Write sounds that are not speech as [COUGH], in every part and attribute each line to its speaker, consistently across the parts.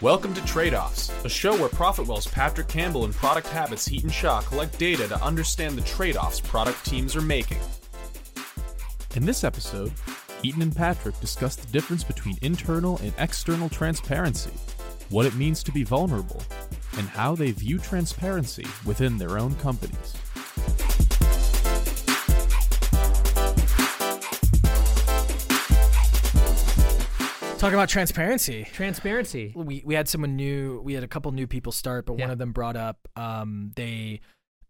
Speaker 1: Welcome to Trade Offs, a show where ProfitWell's Patrick Campbell and Product Habits Heat and Shaw collect data to understand the trade offs product teams are making. In this episode, Eaton and Patrick discuss the difference between internal and external transparency, what it means to be vulnerable, and how they view transparency within their own companies.
Speaker 2: Talking about transparency.
Speaker 3: Transparency.
Speaker 2: We we had someone new. We had a couple new people start, but one
Speaker 3: Yeah.
Speaker 2: of them brought up um, they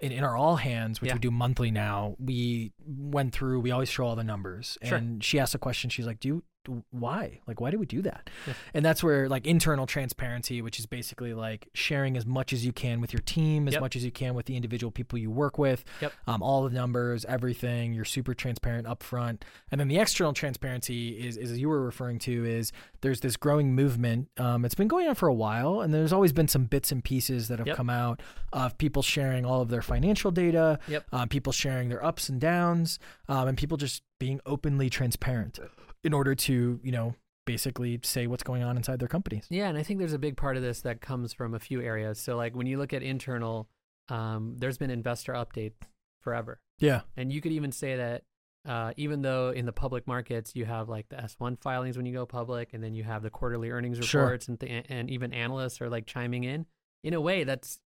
Speaker 2: in, in our all hands, which
Speaker 3: Yeah.
Speaker 2: we do monthly now. We went through. We always show all the numbers,
Speaker 3: Sure.
Speaker 2: and she asked a question. She's like, "Do you?" do- Why? Like, why do we do that? And that's where, like, internal transparency, which is basically like sharing as much as you can with your team, as
Speaker 3: Yep.
Speaker 2: much as you can with the individual people you work with,
Speaker 3: Yep.
Speaker 2: um, all the numbers, everything. You're super transparent upfront, and then the external transparency is, is as you were referring to, is there's this growing movement. Um, it's been going on for a while, and there's always been some bits and pieces that have
Speaker 3: Yep.
Speaker 2: come out of people sharing all of their financial data,
Speaker 3: Yep.
Speaker 2: uh, people sharing their ups and downs, um, and people just being openly transparent in order to, you know, basically say what's going on inside their companies.
Speaker 3: Yeah, and I think there's a big part of this that comes from a few areas. So like when you look at internal, um, there's been investor updates forever,
Speaker 2: Yeah.
Speaker 3: and you could even say that uh, even though in the public markets you have like the S1 filings when you go public, and then you have the quarterly earnings
Speaker 2: Sure.
Speaker 3: reports, and th- and even analysts are like chiming in. In a way, that's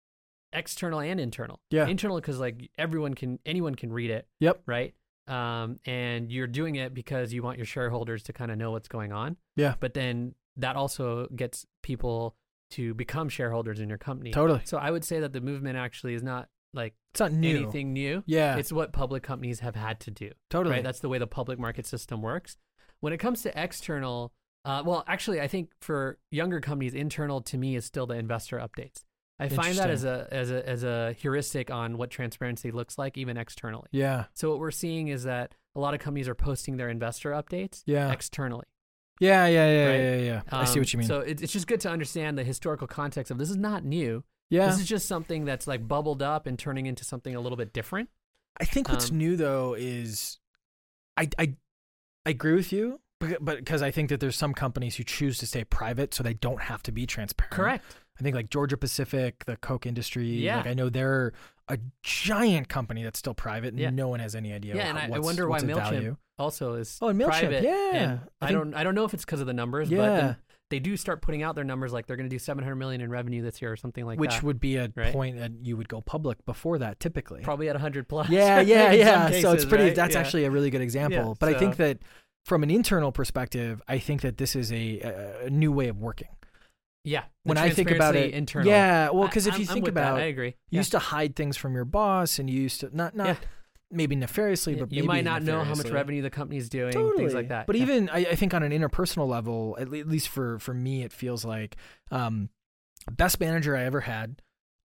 Speaker 3: external and internal.
Speaker 2: Yeah.
Speaker 3: internal because like everyone can anyone can read it.
Speaker 2: Yep.
Speaker 3: right? Um, and you're doing it because you want your shareholders to kind of know what's going on.
Speaker 2: Yeah.
Speaker 3: But then that also gets people to become shareholders in your company.
Speaker 2: Totally.
Speaker 3: So I would say that the movement actually is not like
Speaker 2: It's not new.
Speaker 3: anything new.
Speaker 2: Yeah.
Speaker 3: It's what public companies have had to do.
Speaker 2: totally.
Speaker 3: Right. That's the way the public market system works. When it comes to external, uh, well, actually, I think for younger companies, internal to me is still the investor updates. I find that as a as a as a heuristic on what transparency looks like, even externally.
Speaker 2: yeah.
Speaker 3: So what we're seeing is that a lot of companies are posting their investor updates
Speaker 2: Yeah.
Speaker 3: externally.
Speaker 2: Yeah. Yeah. Yeah.
Speaker 3: Right.
Speaker 2: Yeah. Yeah. I see
Speaker 3: Um,
Speaker 2: what you mean.
Speaker 3: So it, it's just good to understand the historical context of this is not new.
Speaker 2: yeah.
Speaker 3: This is just something that's like bubbled up and turning into something a little bit different.
Speaker 2: I think what's
Speaker 3: Um,
Speaker 2: new though is, I I, I agree with you, becau- but because I think that there's some companies who choose to stay private so they don't have to be transparent. I think like Georgia Pacific, the Coke industry.
Speaker 3: Yeah.
Speaker 2: Like I know they're a giant company that's still private, and
Speaker 3: Yeah.
Speaker 2: no one has any idea.
Speaker 3: Yeah, and I, I
Speaker 2: what's-
Speaker 3: wonder why
Speaker 2: what's its
Speaker 3: Mailchimp
Speaker 2: value.
Speaker 3: also is
Speaker 2: Oh, and Mailchimp,
Speaker 3: private.
Speaker 2: yeah.
Speaker 3: and
Speaker 2: I
Speaker 3: I,
Speaker 2: think-
Speaker 3: don't I don't know if it's because of the numbers, but
Speaker 2: Yeah.
Speaker 3: then they do start putting out their numbers like they're going to do 700 million in revenue this year or something like
Speaker 2: which
Speaker 3: that.
Speaker 2: would be a
Speaker 3: right?
Speaker 2: point that you would go public before that, typically.
Speaker 3: [LAUGHS] probably at 100 plus.
Speaker 2: yeah yeah
Speaker 3: [LAUGHS] in some
Speaker 2: yeah so it's
Speaker 3: cases,
Speaker 2: pretty
Speaker 3: right?
Speaker 2: that's
Speaker 3: Yeah.
Speaker 2: actually a really good example
Speaker 3: Yeah,
Speaker 2: but i think
Speaker 3: so-
Speaker 2: that from an internal perspective i think that this is a, a- a new way of working
Speaker 3: yeah. the
Speaker 2: when i think about it
Speaker 3: transparency internal.
Speaker 2: yeah well
Speaker 3: I-
Speaker 2: because if
Speaker 3: I'm-
Speaker 2: you
Speaker 3: I'm
Speaker 2: think
Speaker 3: with that.
Speaker 2: about
Speaker 3: I
Speaker 2: you
Speaker 3: agree. Yeah.
Speaker 2: used to hide things from your boss and you used to not not
Speaker 3: Yeah.
Speaker 2: maybe nefariously but
Speaker 3: you
Speaker 2: maybe
Speaker 3: might not know how much
Speaker 2: nefariously.
Speaker 3: revenue the company's doing, things like that.
Speaker 2: But
Speaker 3: Yeah.
Speaker 2: even I, I think on an interpersonal level, at, le- at least for for me, it feels like um, best manager I ever had.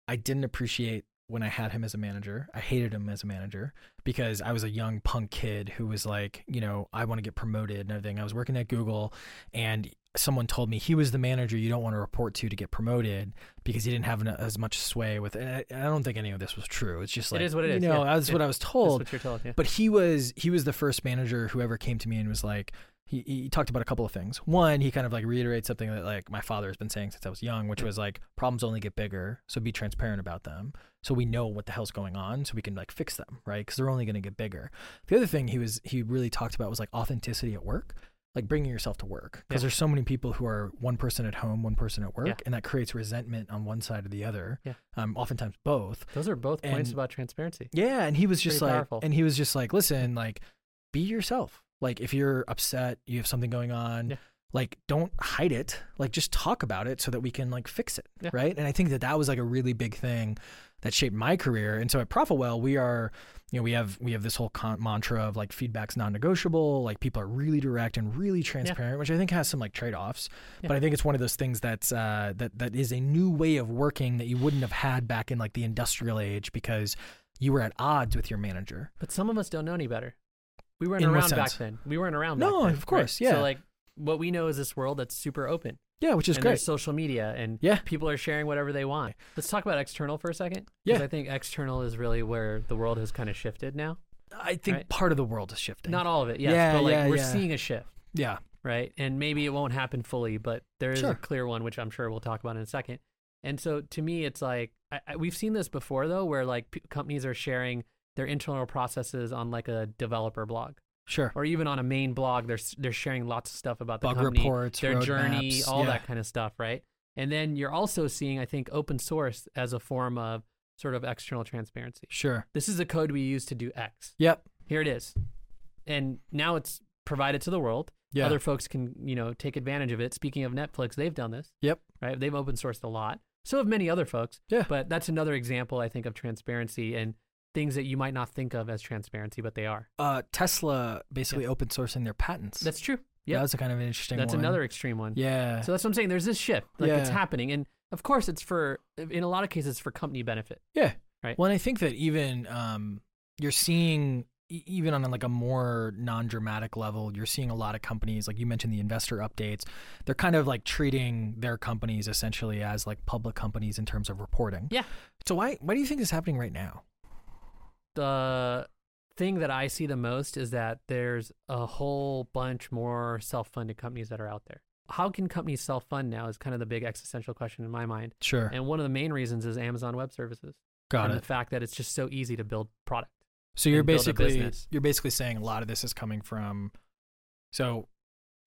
Speaker 2: I didn't appreciate when I had him as a manager. I hated him as a manager because I was a young punk kid who was like, you know, I want to get promoted and everything. I was working at Google, and someone told me he was the manager you don't want to report to to get promoted because he didn't have an, as much sway with. And I, and I don't think any of this was true. It's just
Speaker 3: It
Speaker 2: like
Speaker 3: is what it
Speaker 2: you
Speaker 3: is,
Speaker 2: know,
Speaker 3: yeah.
Speaker 2: that's
Speaker 3: Yeah.
Speaker 2: what I was
Speaker 3: That's
Speaker 2: told.
Speaker 3: what you're told, yeah.
Speaker 2: But he was he was the first manager who ever came to me and was like he, he talked about a couple of things. One, he kind of like reiterates something that like my father has been saying since I was young, which was like problems only get bigger, so be transparent about them, so we know what the hell's going on, so we can like fix them, right? Because they're only going to get bigger. The other thing he was he really talked about was like authenticity at work, like bringing yourself to work, because
Speaker 3: Yeah.
Speaker 2: there's so many people who are one person at home, one person at work,
Speaker 3: Yeah.
Speaker 2: and that creates resentment on one side or the other,
Speaker 3: Yeah.
Speaker 2: um, oftentimes both.
Speaker 3: Those are both points
Speaker 2: and-
Speaker 3: about transparency.
Speaker 2: Yeah, and he was just
Speaker 3: Pretty
Speaker 2: like,
Speaker 3: powerful.
Speaker 2: and he was just like, listen, like, be yourself. Like, if you're upset, you have something going on,
Speaker 3: Yeah.
Speaker 2: like, don't hide it. Like, just talk about it so that we can like fix it,
Speaker 3: Yeah.
Speaker 2: right? And I think that that was like a really big thing that shaped my career. And so at Profitwell, we are, you know, we have we have this whole con- mantra of like feedback's non-negotiable. Like, people are really direct and really transparent, which I think has some like trade-offs.
Speaker 3: Yeah.
Speaker 2: But I think it's one of those things that's uh, that that is a new way of working that you wouldn't have had back in like the industrial age because you were at odds with your manager.
Speaker 3: But some of us don't know any better. We weren't
Speaker 2: In what
Speaker 3: around back
Speaker 2: sense?
Speaker 3: then. We weren't around
Speaker 2: No,
Speaker 3: back then.
Speaker 2: of course,
Speaker 3: right?
Speaker 2: yeah.
Speaker 3: So like what we know is this world that's super open.
Speaker 2: Yeah, which is
Speaker 3: and
Speaker 2: great.
Speaker 3: there's social media and
Speaker 2: Yeah.
Speaker 3: people are sharing whatever they want. Let's talk about external for a second. 'cause
Speaker 2: Yeah.
Speaker 3: I think external is really where the world has kind of shifted now.
Speaker 2: I think
Speaker 3: right?
Speaker 2: part of the world is shifting.
Speaker 3: Not all of it, yes.
Speaker 2: Yeah,
Speaker 3: but like
Speaker 2: yeah,
Speaker 3: we're
Speaker 2: yeah.
Speaker 3: seeing a shift.
Speaker 2: yeah,
Speaker 3: right? And maybe it won't happen fully, but there is
Speaker 2: Sure.
Speaker 3: a clear one, which I'm sure we'll talk about in a second. And so to me, it's like I, I, we've seen this before, though, where like p- companies are sharing their internal processes on like a developer blog
Speaker 2: Sure.
Speaker 3: or even on a main blog. They're s- they're sharing lots of stuff about the
Speaker 2: Bug
Speaker 3: company,
Speaker 2: reports,
Speaker 3: their journey,
Speaker 2: roadmaps,
Speaker 3: all
Speaker 2: yeah.
Speaker 3: that kind of stuff, right? And then you're also seeing, I think, open source as a form of sort of external transparency.
Speaker 2: Sure.
Speaker 3: This is the code we use to do X
Speaker 2: Yep.
Speaker 3: here it is and now it's provided to the world
Speaker 2: Yeah.
Speaker 3: other folks can you know take advantage of it speaking of netflix they've done this
Speaker 2: Yep.
Speaker 3: right they've open sourced a lot so have many other
Speaker 2: [LAUGHS]
Speaker 3: folks
Speaker 2: Yeah.
Speaker 3: but that's another example i think of transparency and things that you might not think of as transparency but they are
Speaker 2: Uh, Tesla basically open sourcing their patents.
Speaker 3: that's true
Speaker 2: yeah.
Speaker 3: yeah
Speaker 2: That was a kind of an interesting.
Speaker 3: that's
Speaker 2: one.
Speaker 3: another extreme one
Speaker 2: Yeah.
Speaker 3: so that's what i'm saying there's this shift like it's
Speaker 2: Yeah.
Speaker 3: happening and of course it's for in a lot of cases for company benefit
Speaker 2: Yeah.
Speaker 3: Right.
Speaker 2: Well, and I think that even um, you're seeing e- even on like a more non-dramatic level, you're seeing a lot of companies like you mentioned the investor updates. They're kind of like treating their companies essentially as like public companies in terms of reporting.
Speaker 3: Yeah.
Speaker 2: So why why do you think this is happening right now?
Speaker 3: the thing that I see the most is that there's a whole bunch more self funded companies that are out there. How can companies self fund now is kind of the big existential question in my mind.
Speaker 2: Sure.
Speaker 3: And one of the main reasons is Amazon Web Services.
Speaker 2: Got
Speaker 3: and
Speaker 2: it.
Speaker 3: the fact that it's just so easy to build product.
Speaker 2: So you're
Speaker 3: and build a
Speaker 2: basically
Speaker 3: business.
Speaker 2: you're basically saying a lot of this is coming from so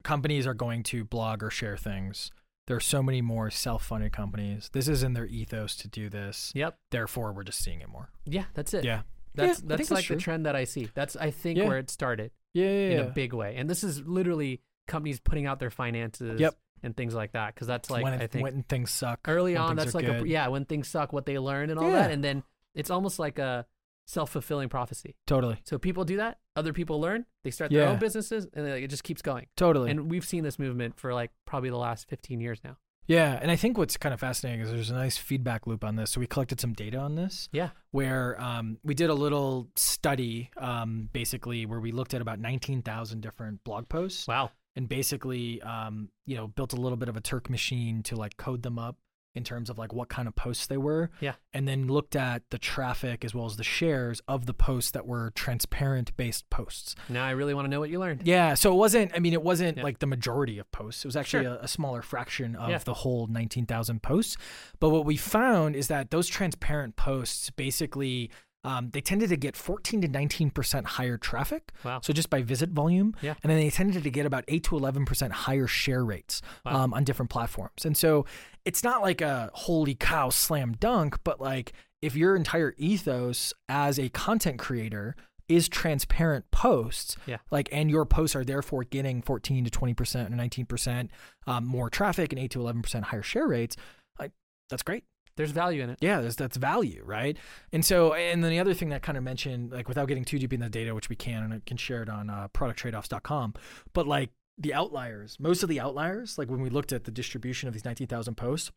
Speaker 2: companies are going to blog or share things. There are so many more self-funded companies. This is in their ethos to do this.
Speaker 3: Yep.
Speaker 2: Therefore, we're just seeing it more.
Speaker 3: Yeah, that's it.
Speaker 2: Yeah.
Speaker 3: That's
Speaker 2: Yeah, I think
Speaker 3: that's
Speaker 2: that's
Speaker 3: like the
Speaker 2: true.
Speaker 3: trend that I see. That's I think
Speaker 2: Yeah.
Speaker 3: where it started
Speaker 2: Yeah, yeah,
Speaker 3: in a big way. And this is literally companies putting out their finances
Speaker 2: Yep.
Speaker 3: and things like that cuz that's like
Speaker 2: when, it-
Speaker 3: I think
Speaker 2: when things suck
Speaker 3: early
Speaker 2: when
Speaker 3: on
Speaker 2: things
Speaker 3: that's
Speaker 2: are
Speaker 3: like a
Speaker 2: good.
Speaker 3: yeah when things suck what they learn and all
Speaker 2: Yeah.
Speaker 3: that and then it's almost like a self-fulfilling prophecy
Speaker 2: totally,
Speaker 3: so people do that other people learn they start their
Speaker 2: Yeah.
Speaker 3: own businesses and like, it just keeps going
Speaker 2: totally.
Speaker 3: and we've seen this movement for like probably the last 15 years now
Speaker 2: yeah, and I think what's kind of fascinating is there's a nice feedback loop on this. So we collected some data on this.
Speaker 3: yeah
Speaker 2: where um, we did a little study, um, basically, where we looked at about 19,000 different blog posts
Speaker 3: wow
Speaker 2: and basically, um, you know, built a little bit of a Turk machine to like code them up in terms of like what kind of posts they were.
Speaker 3: Yeah.
Speaker 2: And then looked at the traffic as well as the shares of the posts that were transparent based posts.
Speaker 3: now i really want to know what you learned
Speaker 2: Yeah. So it wasn't, I mean, it wasn't
Speaker 3: Yeah.
Speaker 2: like the majority of posts. It was actually
Speaker 3: Sure.
Speaker 2: a, a smaller fraction of
Speaker 3: Yeah.
Speaker 2: the whole 19,000 posts. But what we found is that those transparent posts basically. Um, they tended to get 14 to 19 percent higher traffic,
Speaker 3: Wow.
Speaker 2: so just by visit volume,
Speaker 3: Yeah.
Speaker 2: and then they tended to get about 8 to 11 percent higher share rates
Speaker 3: Wow.
Speaker 2: um, on different platforms. And so it's not like a holy cow slam dunk, but like if your entire ethos as a content creator is transparent posts,
Speaker 3: Yeah.
Speaker 2: like and your posts are therefore getting 14 to 20 percent or 19 percent um, more traffic and 8 to 11 percent higher share rates like that's great
Speaker 3: there's value in it
Speaker 2: yeah that's, that's value right and so and then the other thing that kind of mentioned like without getting too deep in the data which we can and i can share it on uh, producttradeoffs.com but like the outliers most of the outliers like when we looked at the distribution of these 19000 posts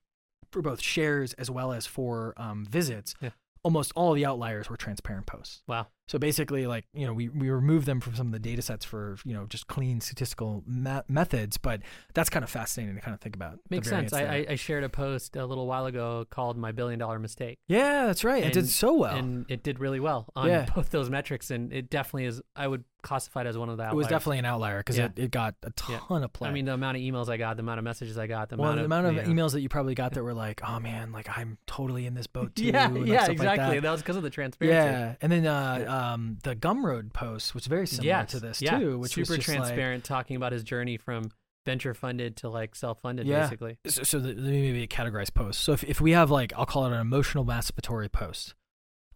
Speaker 2: for both shares as well as for um, visits
Speaker 3: Yeah.
Speaker 2: almost all the outliers were transparent posts
Speaker 3: wow
Speaker 2: so basically, like you know, we we remove them from some of the data sets for you know just clean statistical me- methods, but that's kind of fascinating to kind of think about. the
Speaker 3: makes sense
Speaker 2: variance
Speaker 3: I, I
Speaker 2: there.
Speaker 3: i shared a post a little while ago called my billion dollar mistake
Speaker 2: yeah, that's right. it did
Speaker 3: and-
Speaker 2: so well.
Speaker 3: and it did really well on
Speaker 2: Yeah.
Speaker 3: both those metrics and it definitely is i would classify it as one of the
Speaker 2: it was
Speaker 3: outliers.
Speaker 2: definitely an outlier because
Speaker 3: Yeah.
Speaker 2: it, it got a
Speaker 3: Yeah.
Speaker 2: ton of play.
Speaker 3: I mean, the amount of emails I got, the amount of messages I got, the
Speaker 2: well,
Speaker 3: amount
Speaker 2: the amount of
Speaker 3: you know.
Speaker 2: emails that you probably got that were like, "Oh man, like I'm totally in this boat too."
Speaker 3: [LAUGHS] [LAUGHS] Yeah,
Speaker 2: and, like,
Speaker 3: yeah,
Speaker 2: stuff like
Speaker 3: exactly.
Speaker 2: that.
Speaker 3: that. was because of the transparency.
Speaker 2: Yeah, and then uh, um, the Gumroad post was very similar
Speaker 3: Yes,
Speaker 2: to this
Speaker 3: yeah.
Speaker 2: too, which was
Speaker 3: super
Speaker 2: just like-
Speaker 3: transparent, talking about his journey from venture funded to like self funded,
Speaker 2: Yeah.
Speaker 3: basically.
Speaker 2: so, so the, maybe a categorized post. So if, if we have like I'll call it an emotional masturbatory post,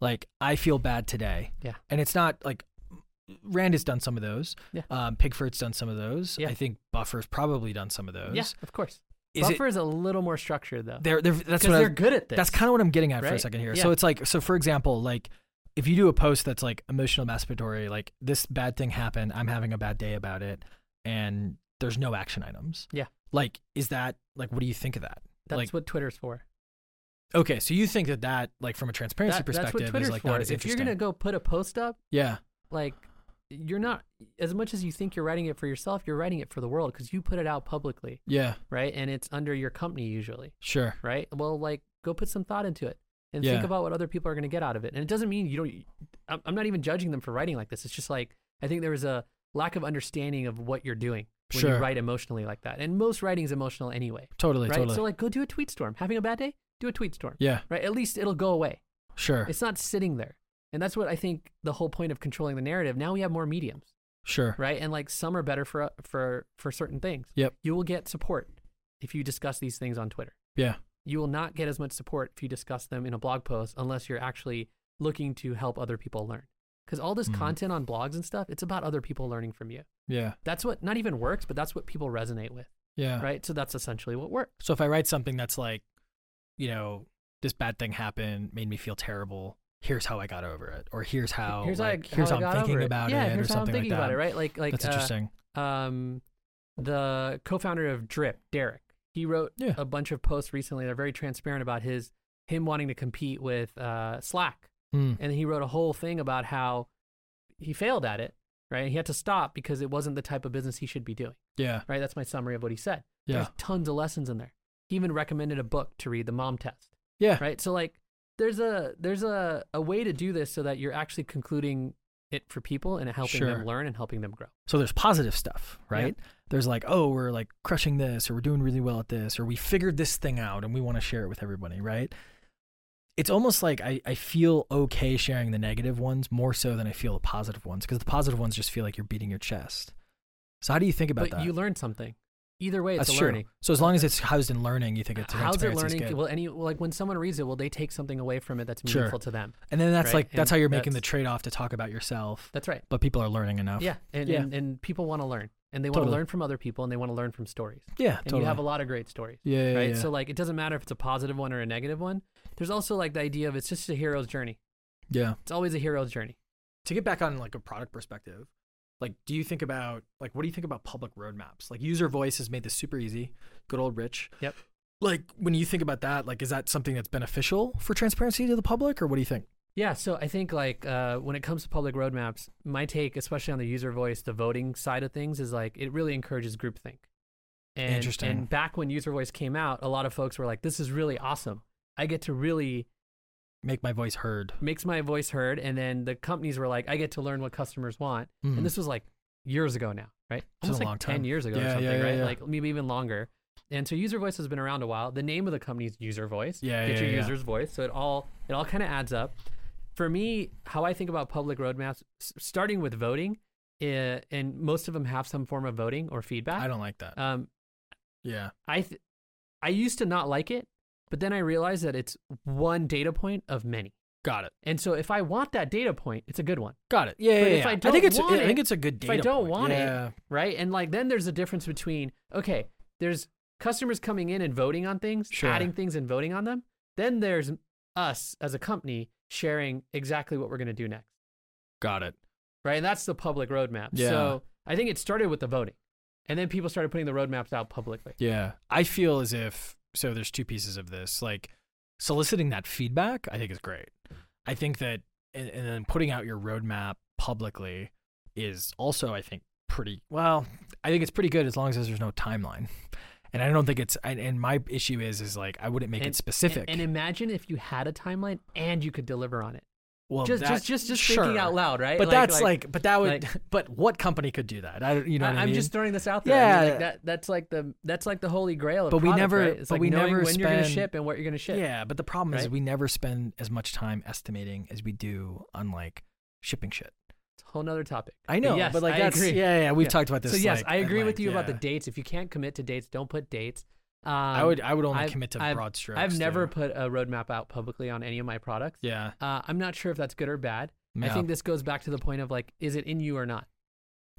Speaker 2: like I feel bad today.
Speaker 3: Yeah.
Speaker 2: And it's not like Rand has done some of those.
Speaker 3: Yeah.
Speaker 2: Um, Pigford's done some of those.
Speaker 3: Yeah.
Speaker 2: I think Buffer's probably done some of those.
Speaker 3: Yeah, of course.
Speaker 2: Is
Speaker 3: Buffer is a little more structured though,
Speaker 2: it? They're, they're, that's
Speaker 3: because
Speaker 2: what I
Speaker 3: they're
Speaker 2: was-
Speaker 3: good at this.
Speaker 2: that's kind of what I'm getting at for a
Speaker 3: right?
Speaker 2: second here.
Speaker 3: Yeah.
Speaker 2: So it's like so for example, like if you do a post that's like emotional masturbatory, like this bad thing happened, I'm having a bad day about it, and there's no action items.
Speaker 3: Yeah.
Speaker 2: Like, is that like what do you think of that?
Speaker 3: that's
Speaker 2: like,
Speaker 3: what Twitter's for.
Speaker 2: Okay, so you think that that like from a transparency
Speaker 3: That- that's
Speaker 2: perspective
Speaker 3: what Twitter's
Speaker 2: is like
Speaker 3: for.
Speaker 2: not as
Speaker 3: If you're
Speaker 2: interesting.
Speaker 3: gonna go put a post up,
Speaker 2: yeah,
Speaker 3: like you're not as much as you think you're writing it for yourself. You're writing it for the world because you put it out publicly,
Speaker 2: yeah,
Speaker 3: right? And it's under your company usually.
Speaker 2: sure,
Speaker 3: right? Well, like go put some thought into it and
Speaker 2: Yeah.
Speaker 3: think about what other people are going to get out of it. And it doesn't mean you don't. I'm- I'm not even judging them for writing like this. It's just like I think there was a lack of understanding of what you're doing. when
Speaker 2: Sure.
Speaker 3: you write emotionally like that. And most writing's emotional anyway.
Speaker 2: Totally,
Speaker 3: right?
Speaker 2: totally.
Speaker 3: So like go do a tweet storm. Having a bad day? Do a tweet storm.
Speaker 2: yeah,
Speaker 3: Right? At least it'll go away.
Speaker 2: sure,
Speaker 3: It's not sitting there. And that's what I think the whole point of controlling the narrative. Now we have more mediums,
Speaker 2: sure.
Speaker 3: right? And like some are better for uh, for for certain things.
Speaker 2: Yep.
Speaker 3: You will get support if you discuss these things on Twitter.
Speaker 2: Yeah,
Speaker 3: You will not get as much support if you discuss them in a blog post unless you're actually looking to help other people learn. Cuz all this
Speaker 2: Mhm.
Speaker 3: content on blogs and stuff, it's about other people learning from you.
Speaker 2: yeah,
Speaker 3: That's what not even works, but that's what people resonate with,
Speaker 2: yeah.
Speaker 3: right? So that's essentially what works.
Speaker 2: So if I write something that's like, you know, this bad thing happened, made me feel terrible. Here's how I got over it, or here's how
Speaker 3: here's how, I-
Speaker 2: like, here's
Speaker 3: how,
Speaker 2: how
Speaker 3: I got
Speaker 2: I'm thinking
Speaker 3: over it.
Speaker 2: about
Speaker 3: yeah,
Speaker 2: it, or
Speaker 3: here's how I'm
Speaker 2: something
Speaker 3: thinking
Speaker 2: like that.
Speaker 3: about it, right? Like like
Speaker 2: That's
Speaker 3: uh,
Speaker 2: interesting.
Speaker 3: um, the co-founder of Drip, Derek. He wrote
Speaker 2: Yeah.
Speaker 3: a bunch of posts recently. They're very transparent about his him wanting to compete with uh, Slack,
Speaker 2: Mm,
Speaker 3: and he wrote a whole thing about how he failed at it. Right, he had to stop because it wasn't the type of business he should be doing.
Speaker 2: yeah,
Speaker 3: Right, that's my summary of what he said.
Speaker 2: yeah,
Speaker 3: There's tons of lessons in there. He even recommended a book to read, The Mom Test
Speaker 2: yeah.
Speaker 3: right so like there's a there's a, a way to do this so that you're actually concluding it for people and helping
Speaker 2: Sure.
Speaker 3: them learn and helping them grow
Speaker 2: So there's positive stuff,
Speaker 3: Yeah.
Speaker 2: right? There's like, oh, we're like crushing this, or we're doing really well at this, or we figured this thing out and we want to share it with everybody, right? It's almost like I, I feel okay sharing the negative ones more so than I feel the positive ones because the positive ones just feel like you're beating your chest. So how do you think about
Speaker 3: but
Speaker 2: that?
Speaker 3: you learn something either way it's
Speaker 2: That's
Speaker 3: a
Speaker 2: true.
Speaker 3: learning
Speaker 2: So as long as it's housed in learning, you think it's
Speaker 3: how's it
Speaker 2: transparency is
Speaker 3: learning
Speaker 2: good.
Speaker 3: will any like when someone reads it will they take something away from it that's
Speaker 2: Sure.
Speaker 3: meaningful to them
Speaker 2: and then that's
Speaker 3: right,
Speaker 2: like that's
Speaker 3: and
Speaker 2: how you're making the
Speaker 3: that's-
Speaker 2: trade off to talk about yourself,
Speaker 3: that's right
Speaker 2: but people are learning enough.
Speaker 3: yeah and,
Speaker 2: Oh, Yeah.
Speaker 3: and, and people want to learn and they want
Speaker 2: Totally.
Speaker 3: to learn from other people and they want to learn from stories
Speaker 2: yeah,
Speaker 3: and
Speaker 2: totally.
Speaker 3: you have a lot of great stories
Speaker 2: yeah, yeah,
Speaker 3: right
Speaker 2: yeah.
Speaker 3: so like it doesn't matter if it's a positive one or a negative one there's also like the idea of it's just a hero's journey
Speaker 2: yeah.
Speaker 3: it's always a hero's journey
Speaker 2: to get back on like a product perspective like do you think about like what do you think about public roadmaps like user voice has made this super easy good old rich
Speaker 3: Yep.
Speaker 2: like when you think about that like is that something that's beneficial for transparency to the public or what do you think
Speaker 3: Yeah, so I think like uh, when it comes to public roadmaps, my take, especially on the user voice, the voting side of things, is like it really encourages groupthink. And,
Speaker 2: Interesting.
Speaker 3: And back when user voice came out, a lot of folks were like, "This is really awesome. I get to really
Speaker 2: make my voice heard
Speaker 3: makes my voice heard." And then the companies were like, "I get to learn what customers want."
Speaker 2: Mm.
Speaker 3: And this was like years ago now, right?
Speaker 2: been a
Speaker 3: Almost like
Speaker 2: long
Speaker 3: ten
Speaker 2: time.
Speaker 3: years ago
Speaker 2: Yeah,
Speaker 3: or
Speaker 2: yeah,
Speaker 3: something,
Speaker 2: yeah,
Speaker 3: right?
Speaker 2: yeah.
Speaker 3: Like maybe even longer. And so user voice has been around a while. The name of the company is User Voice.
Speaker 2: Yeah,
Speaker 3: get
Speaker 2: yeah,
Speaker 3: your
Speaker 2: yeah.
Speaker 3: user's voice. So it all it all kind of adds up. For me, how I think about public roadmaps, s- starting with voting, uh, and most of them have some form of voting or feedback.
Speaker 2: i don't like that
Speaker 3: Um,
Speaker 2: yeah
Speaker 3: I th- I used to not like it, but then I realized that it's one data point of many.
Speaker 2: got it
Speaker 3: And so if I want that data point, it's a good one.
Speaker 2: got it yeah
Speaker 3: But
Speaker 2: yeah,
Speaker 3: if
Speaker 2: yeah.
Speaker 3: I
Speaker 2: I think
Speaker 3: don't
Speaker 2: it's
Speaker 3: want
Speaker 2: i think
Speaker 3: it-
Speaker 2: it's a good
Speaker 3: if
Speaker 2: data
Speaker 3: I don't
Speaker 2: point.
Speaker 3: want it,
Speaker 2: yeah.
Speaker 3: right? And like then there's a difference between okay, there's customers coming in and voting on things,
Speaker 2: Sure.
Speaker 3: adding things and voting on them. Then there's us as a company sharing exactly what we're going to do next,
Speaker 2: got it
Speaker 3: right? And that's the public roadmap.
Speaker 2: Yeah.
Speaker 3: So I think it started with the voting, and then people started putting the roadmaps out publicly.
Speaker 2: Yeah. I feel as if so there's two pieces of this. Like soliciting that feedback, I think is great. I think that and, and then putting out your roadmap publicly is also I think pretty well, I think it's pretty good as long as there's no timeline. And I don't think it's and, and my issue is is like I wouldn't make
Speaker 3: And-
Speaker 2: it specific.
Speaker 3: And, and imagine if you had a timeline and you could deliver on it.
Speaker 2: well,
Speaker 3: just,
Speaker 2: that-
Speaker 3: just, just, just
Speaker 2: sure.
Speaker 3: thinking out loud, right?
Speaker 2: But that's like, but that would
Speaker 3: like-
Speaker 2: [LAUGHS] but what company could do that? I don't you know what I
Speaker 3: am
Speaker 2: mean?
Speaker 3: just throwing this out there. I mean,
Speaker 2: Yeah.
Speaker 3: like that that's like the that's like the holy grail of
Speaker 2: But we
Speaker 3: product,
Speaker 2: never-
Speaker 3: right? It's
Speaker 2: but
Speaker 3: like
Speaker 2: we
Speaker 3: knowing
Speaker 2: never
Speaker 3: when you're gonna
Speaker 2: spend-
Speaker 3: ship and what you're gonna ship.
Speaker 2: Yeah, but the problem is
Speaker 3: right?
Speaker 2: we never spend as much time estimating as we do on like shipping shit.
Speaker 3: It's a whole nother topic.
Speaker 2: I know,
Speaker 3: yes,
Speaker 2: but like
Speaker 3: I
Speaker 2: that's
Speaker 3: agree.
Speaker 2: yeah, yeah. We've
Speaker 3: Yeah.
Speaker 2: talked about this.
Speaker 3: so yes,
Speaker 2: like,
Speaker 3: I
Speaker 2: at
Speaker 3: agree with
Speaker 2: length,
Speaker 3: you about the
Speaker 2: yeah.
Speaker 3: dates. If you can't commit to dates, don't put dates. Um,
Speaker 2: I would I would only
Speaker 3: I've-
Speaker 2: commit to
Speaker 3: I've-
Speaker 2: broad strokes.
Speaker 3: I've never
Speaker 2: though.
Speaker 3: put a roadmap out publicly on any of my products.
Speaker 2: Yeah,
Speaker 3: Uh, I'm not sure if that's good or bad. I
Speaker 2: No.
Speaker 3: think this goes back to the point of like, is it in you or not,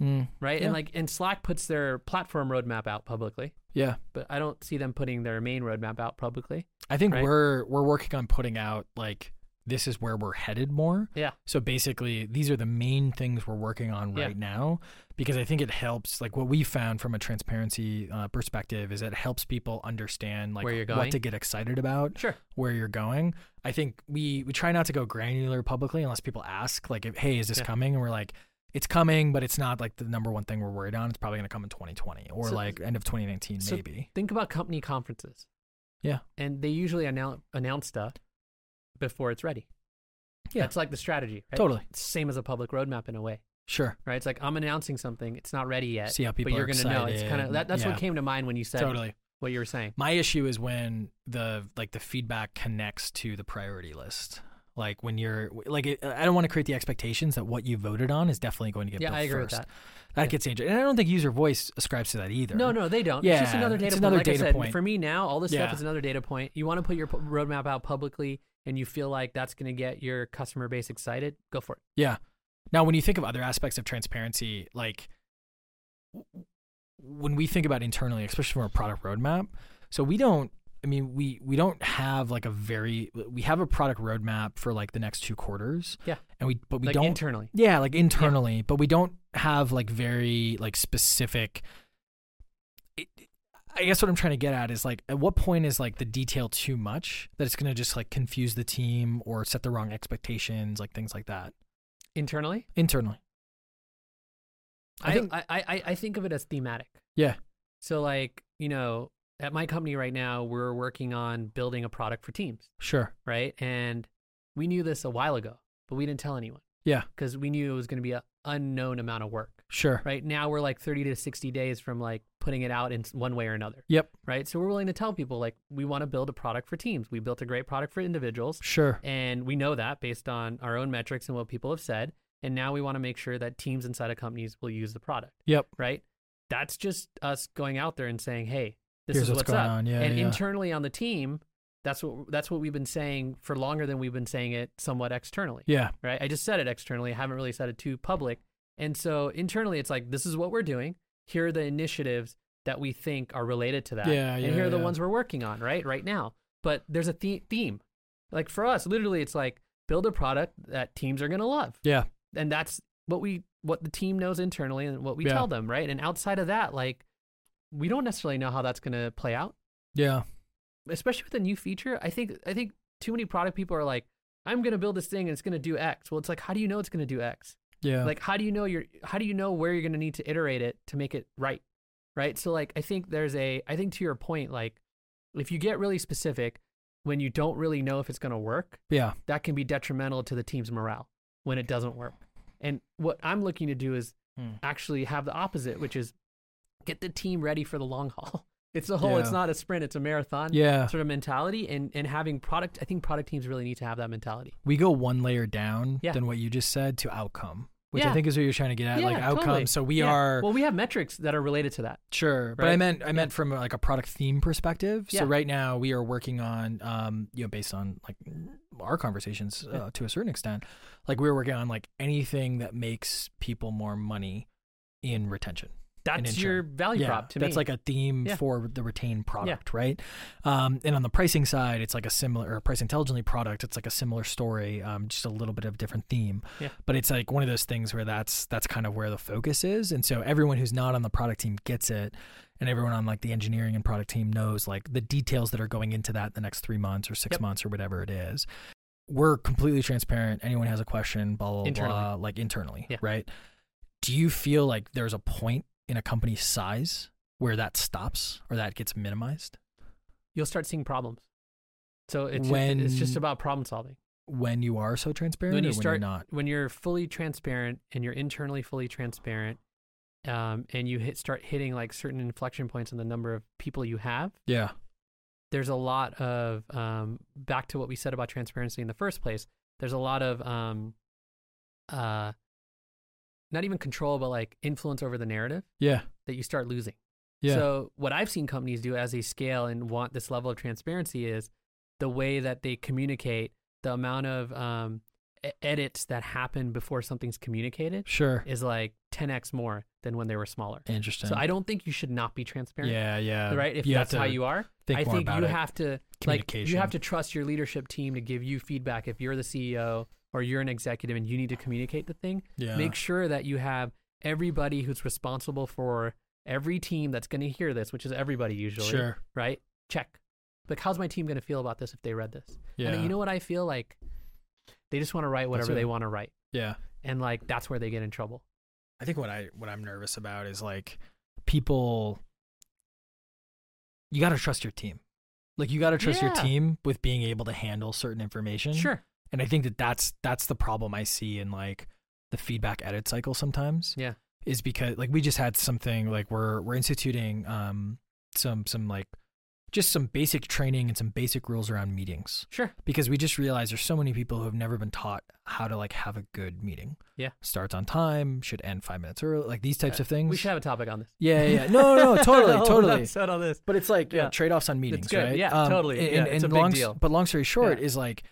Speaker 2: Mm,
Speaker 3: right?
Speaker 2: Yeah.
Speaker 3: And like, and Slack puts their platform roadmap out publicly,
Speaker 2: yeah.
Speaker 3: but I don't see them putting their main roadmap out publicly.
Speaker 2: I think
Speaker 3: Right?
Speaker 2: we're we're working on putting out like this is where we're headed more.
Speaker 3: Yeah.
Speaker 2: So basically, these are the main things we're working on
Speaker 3: Yeah.
Speaker 2: right now because I think it helps. Like what we found from a transparency uh, perspective is it helps people understand like
Speaker 3: Where you're
Speaker 2: what
Speaker 3: going.
Speaker 2: to get excited about.
Speaker 3: Sure.
Speaker 2: where you're going. I think we we try not to go granular publicly unless people ask, like, if, "Hey, is this
Speaker 3: Yeah.
Speaker 2: coming?" And we're like, "It's coming, but it's not like the number one thing we're worried on. It's probably going to come in 2020 or
Speaker 3: So-
Speaker 2: like end of 2019,
Speaker 3: so-
Speaker 2: maybe."
Speaker 3: Think about company conferences.
Speaker 2: Yeah.
Speaker 3: And they usually announce announce stuff before it's ready.
Speaker 2: Yeah.
Speaker 3: That's like the strategy, right?
Speaker 2: Totally.
Speaker 3: It's same as a public roadmap in a way.
Speaker 2: Sure.
Speaker 3: right? It's like I'm announcing something, it's not ready yet,
Speaker 2: See how people
Speaker 3: but
Speaker 2: are
Speaker 3: you're gonna know. It's
Speaker 2: excited
Speaker 3: kind of
Speaker 2: and-
Speaker 3: that, that's
Speaker 2: yeah.
Speaker 3: what came to mind when you said
Speaker 2: Totally.
Speaker 3: what you were saying.
Speaker 2: My issue is when the like the feedback connects to the priority list. Like when you're like, it, I don't want to create the expectations that what you voted on is definitely going to get
Speaker 3: Yeah,
Speaker 2: built
Speaker 3: I agree
Speaker 2: first.
Speaker 3: with that.
Speaker 2: That gets injured, and I don't think user voice ascribes to that either.
Speaker 3: No, no, they don't. it's just
Speaker 2: Yeah,
Speaker 3: another data
Speaker 2: it's
Speaker 3: point.
Speaker 2: another
Speaker 3: like
Speaker 2: data
Speaker 3: I said,
Speaker 2: point.
Speaker 3: for me now, all this
Speaker 2: Yeah.
Speaker 3: stuff is another data point. You want to put your p- roadmap out publicly, and you feel like that's going to get your customer base excited. Go for it.
Speaker 2: Yeah. Now, when you think of other aspects of transparency, like w- when we think about internally, especially from a product roadmap, so we don't. I mean, we we don't have like a very. We have a product roadmap for like the next two quarters.
Speaker 3: Yeah.
Speaker 2: And we, but we
Speaker 3: like
Speaker 2: don't.
Speaker 3: internally.
Speaker 2: yeah, like internally, but we don't have like very like specific. It, I guess what I'm trying to get at is like, at what point is like the detail too much that it's going to just like confuse the team or set the wrong expectations, like things like that
Speaker 3: Internally,
Speaker 2: internally. I
Speaker 3: I
Speaker 2: think-
Speaker 3: think I, I I- I think of it as thematic.
Speaker 2: Yeah.
Speaker 3: So like you know, at my company right now, we're working on building a product for teams,
Speaker 2: Sure.
Speaker 3: right? And we knew this a while ago, but we didn't tell anyone
Speaker 2: Yeah.
Speaker 3: because we knew it was going to be an unknown amount of work.
Speaker 2: Sure.
Speaker 3: Right now, we're like 30 to 60 days from like putting it out in s- one way or another.
Speaker 2: Yep.
Speaker 3: right? So we're willing to tell people like we want to build a product for teams. We built a great product for individuals,
Speaker 2: Sure.
Speaker 3: and we know that based on our own metrics and what people have said. And now we want to make sure that teams inside of companies will use the product,
Speaker 2: Yep.
Speaker 3: right? That's just us going out there and saying, "Hey, this
Speaker 2: Here's
Speaker 3: is
Speaker 2: what's
Speaker 3: what's,
Speaker 2: going
Speaker 3: up."
Speaker 2: on. Yeah,
Speaker 3: and
Speaker 2: yeah.
Speaker 3: internally on the team, that's what that's what we've been saying for longer than we've been saying it somewhat externally
Speaker 2: Yeah.
Speaker 3: right? I just said it externally. I haven't really said it to public. And so internally, it's like, this is what we're doing. Here are the initiatives that we think are related to that.
Speaker 2: Yeah,
Speaker 3: and
Speaker 2: yeah,
Speaker 3: here are the
Speaker 2: yeah.
Speaker 3: ones we're working on, right? Right now. But there's a the- theme. Like for us, literally, it's like build a product that teams are going to love.
Speaker 2: Yeah.
Speaker 3: And that's what we, what the team knows internally and what we
Speaker 2: Yeah.
Speaker 3: tell them, right? And outside of that, like, we don't necessarily know how that's going to play out
Speaker 2: Yeah.
Speaker 3: especially with a new feature, I think I think too many product people are like, I'm gonna build this thing and it's gonna do X. Well, it's like, how do you know it's gonna do X?
Speaker 2: Yeah.
Speaker 3: Like, how do you know your how do you know where you're gonna need to iterate it to make it right? Right. So like, I think there's a I think to your point, like, if you get really specific when you don't really know if it's gonna work,
Speaker 2: yeah.
Speaker 3: that can be detrimental to the team's morale when it doesn't work. And what I'm looking to do is
Speaker 2: Hmm.
Speaker 3: actually have the opposite, which is get the team ready for the long [LAUGHS] haul. It's a whole. It's
Speaker 2: Yeah.
Speaker 3: not a sprint. It's a marathon
Speaker 2: Yeah.
Speaker 3: sort of mentality and and having product i think product teams really need to have that mentality
Speaker 2: We go one layer down
Speaker 3: Yeah.
Speaker 2: than what you just said to outcome, which I
Speaker 3: Yeah.
Speaker 2: think is what you're trying to get at, like outcome.
Speaker 3: totally.
Speaker 2: So we
Speaker 3: Yeah.
Speaker 2: are
Speaker 3: well we have metrics that are related to that
Speaker 2: sure, but I
Speaker 3: right?
Speaker 2: meant I meant from like a product theme perspective.
Speaker 3: Yeah.
Speaker 2: So right now we are working on, um, you know, based on like our conversations uh, to a certain extent, like we're working on like anything that makes people more money in retention.
Speaker 3: that's
Speaker 2: intern.
Speaker 3: your value prop to
Speaker 2: that's
Speaker 3: me
Speaker 2: like a theme
Speaker 3: Yeah.
Speaker 2: for the retained product, right? Um, and on the pricing side, it's like a similar or price intelligently product. It's like a similar story, um, just a little bit of different theme.
Speaker 3: Yeah.
Speaker 2: But it's like one of those things where that's that's kind of where the focus is, and so everyone who's not on the product team gets it, and everyone on like the engineering and product team knows like the details that are going into that the next three months or six
Speaker 3: Yep.
Speaker 2: months or whatever it is we're completely transparent. Anyone has a question, blah blah
Speaker 3: Internally.
Speaker 2: blah, like internally,
Speaker 3: Yeah.
Speaker 2: right? Do you feel like there's a point in a company's size where that stops or that gets minimized
Speaker 3: you'll start seeing problems so it's when,
Speaker 2: When-
Speaker 3: it's just about problem solving
Speaker 2: when you are so transparent
Speaker 3: when
Speaker 2: or
Speaker 3: you start
Speaker 2: when you're not?
Speaker 3: when you're fully transparent and you're internally fully transparent um, and you hit start hitting like certain inflection points on the number of people you have
Speaker 2: Yeah,
Speaker 3: there's a lot of um, back to what we said about transparency in the first place. There's a lot of um, uh, not even control, but like influence over the narrative
Speaker 2: yeah,
Speaker 3: that you start losing.
Speaker 2: yeah,
Speaker 3: So what I've seen companies do as they scale and want this level of transparency is the way that they communicate, the amount of um, e- edits that happen before something's communicated
Speaker 2: sure.
Speaker 3: is like 10x more than when they were smaller.
Speaker 2: Interesting.
Speaker 3: So I don't think you should not be transparent
Speaker 2: yeah, yeah.
Speaker 3: right? If
Speaker 2: Um, you
Speaker 3: that's
Speaker 2: have to
Speaker 3: how you are,
Speaker 2: think
Speaker 3: I
Speaker 2: more
Speaker 3: think
Speaker 2: about
Speaker 3: you
Speaker 2: it.
Speaker 3: have to like you
Speaker 2: Communication.
Speaker 3: have to trust your leadership team to give you feedback. If you're the CEO or you're an executive and you need to communicate the thing,
Speaker 2: yeah.
Speaker 3: make sure that you have everybody who's responsible for every team that's going to hear this, which is everybody usually,
Speaker 2: sure.
Speaker 3: right? Check. Like, how's my team going to feel about this if they read this?
Speaker 2: Yeah.
Speaker 3: And you know what I feel like? They just want to write whatever
Speaker 2: what-
Speaker 3: they want to write,
Speaker 2: yeah.
Speaker 3: and like that's where they get in trouble.
Speaker 2: I think what I what I'm nervous about is like people you got to trust your team. Like you got to trust your
Speaker 3: Yeah.
Speaker 2: team with being able to handle certain information.
Speaker 3: Sure.
Speaker 2: And I think that that's that's the problem I see in like the feedback edit cycle sometimes.
Speaker 3: Yeah.
Speaker 2: Is because like we just had something like we're we're instituting um some some like just some basic training and some basic rules around meetings
Speaker 3: Sure.
Speaker 2: because we just realized there's so many people who have never been taught how to like have a good meeting.
Speaker 3: Yeah. Uh,
Speaker 2: Starts on time, should end five minutes early, like these types of things.
Speaker 3: We should have a topic on this.
Speaker 2: yeah, yeah, yeah. No,
Speaker 3: [LAUGHS]
Speaker 2: no, no, totally,
Speaker 3: Whole
Speaker 2: totally.
Speaker 3: episode on this.
Speaker 2: But it's like
Speaker 3: Yeah.
Speaker 2: trade offs on meetings,
Speaker 3: good.
Speaker 2: right? Um,
Speaker 3: Yeah, totally.
Speaker 2: And,
Speaker 3: Yeah,
Speaker 2: and
Speaker 3: it's a big
Speaker 2: long,
Speaker 3: deal.
Speaker 2: But long story short
Speaker 3: Yeah.
Speaker 2: is like,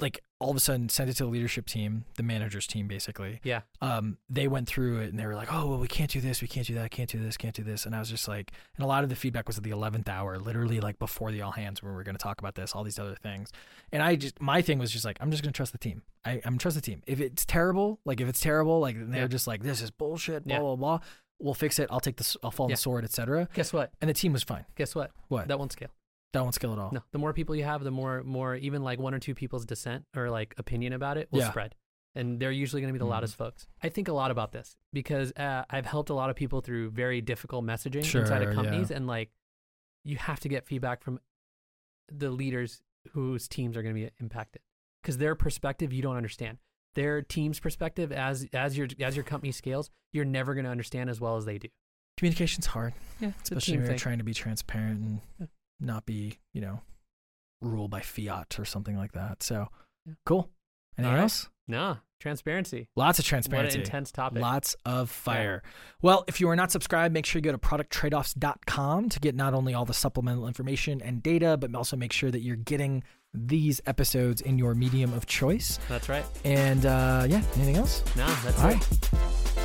Speaker 2: like all of a sudden, sent it to the leadership team, the managers team, basically.
Speaker 3: Yeah.
Speaker 2: Um, they went through it and they were like, oh, well, we can't do this, we can't do that, can't do this, can't do this. And I was just like, and a lot of the feedback was at the 11th hour, literally like before the all hands when we were going to talk about this, all these other things. And I just, my thing was just like, I'm just going to trust the team. I, I'm gonna trust the team. If it's terrible, like if it's terrible, like they're
Speaker 3: Yeah.
Speaker 2: just like, this is bullshit, blah,
Speaker 3: Yeah.
Speaker 2: blah, blah. We'll fix it. I'll take this, I'll fall on
Speaker 3: Yeah.
Speaker 2: the sword, etc.
Speaker 3: Guess what?
Speaker 2: And the team was fine.
Speaker 3: Guess what?
Speaker 2: What? Oh.
Speaker 3: That won't scale.
Speaker 2: That won't scale at all.
Speaker 3: No. The more people you have, the more more even like one or two people's dissent or like opinion about it will
Speaker 2: Yeah.
Speaker 3: spread. And they're usually going to be the
Speaker 2: Mhm.
Speaker 3: loudest folks. I think a lot about this because uh, I've helped a lot of people through very difficult messaging inside
Speaker 2: Sure,
Speaker 3: of
Speaker 2: yeah.
Speaker 3: companies, and like you have to get feedback from the leaders whose teams are going to be impacted because their perspective you don't understand. Their team's perspective as as your as your company scales, you're never going to understand as well as they do.
Speaker 2: Communication's hard,
Speaker 3: Yeah, it's a
Speaker 2: especially
Speaker 3: team
Speaker 2: when you're
Speaker 3: thing.
Speaker 2: trying to be transparent and
Speaker 3: Yeah.
Speaker 2: not be, you know, ruled by fiat or something like that. So,
Speaker 3: Yeah.
Speaker 2: cool. Anything
Speaker 3: All right.
Speaker 2: else?
Speaker 3: no, transparency.
Speaker 2: Lots of
Speaker 3: What an
Speaker 2: transparency.
Speaker 3: intense topic.
Speaker 2: Lots of fire. Well, if you are not subscribed, make sure you go to producttradeoffs.com to get not only all the supplemental information and data, but also make sure that you're getting these episodes in your medium of choice.
Speaker 3: That's right.
Speaker 2: And uh, yeah, anything else?
Speaker 3: No, that's
Speaker 2: all
Speaker 3: it.
Speaker 2: right.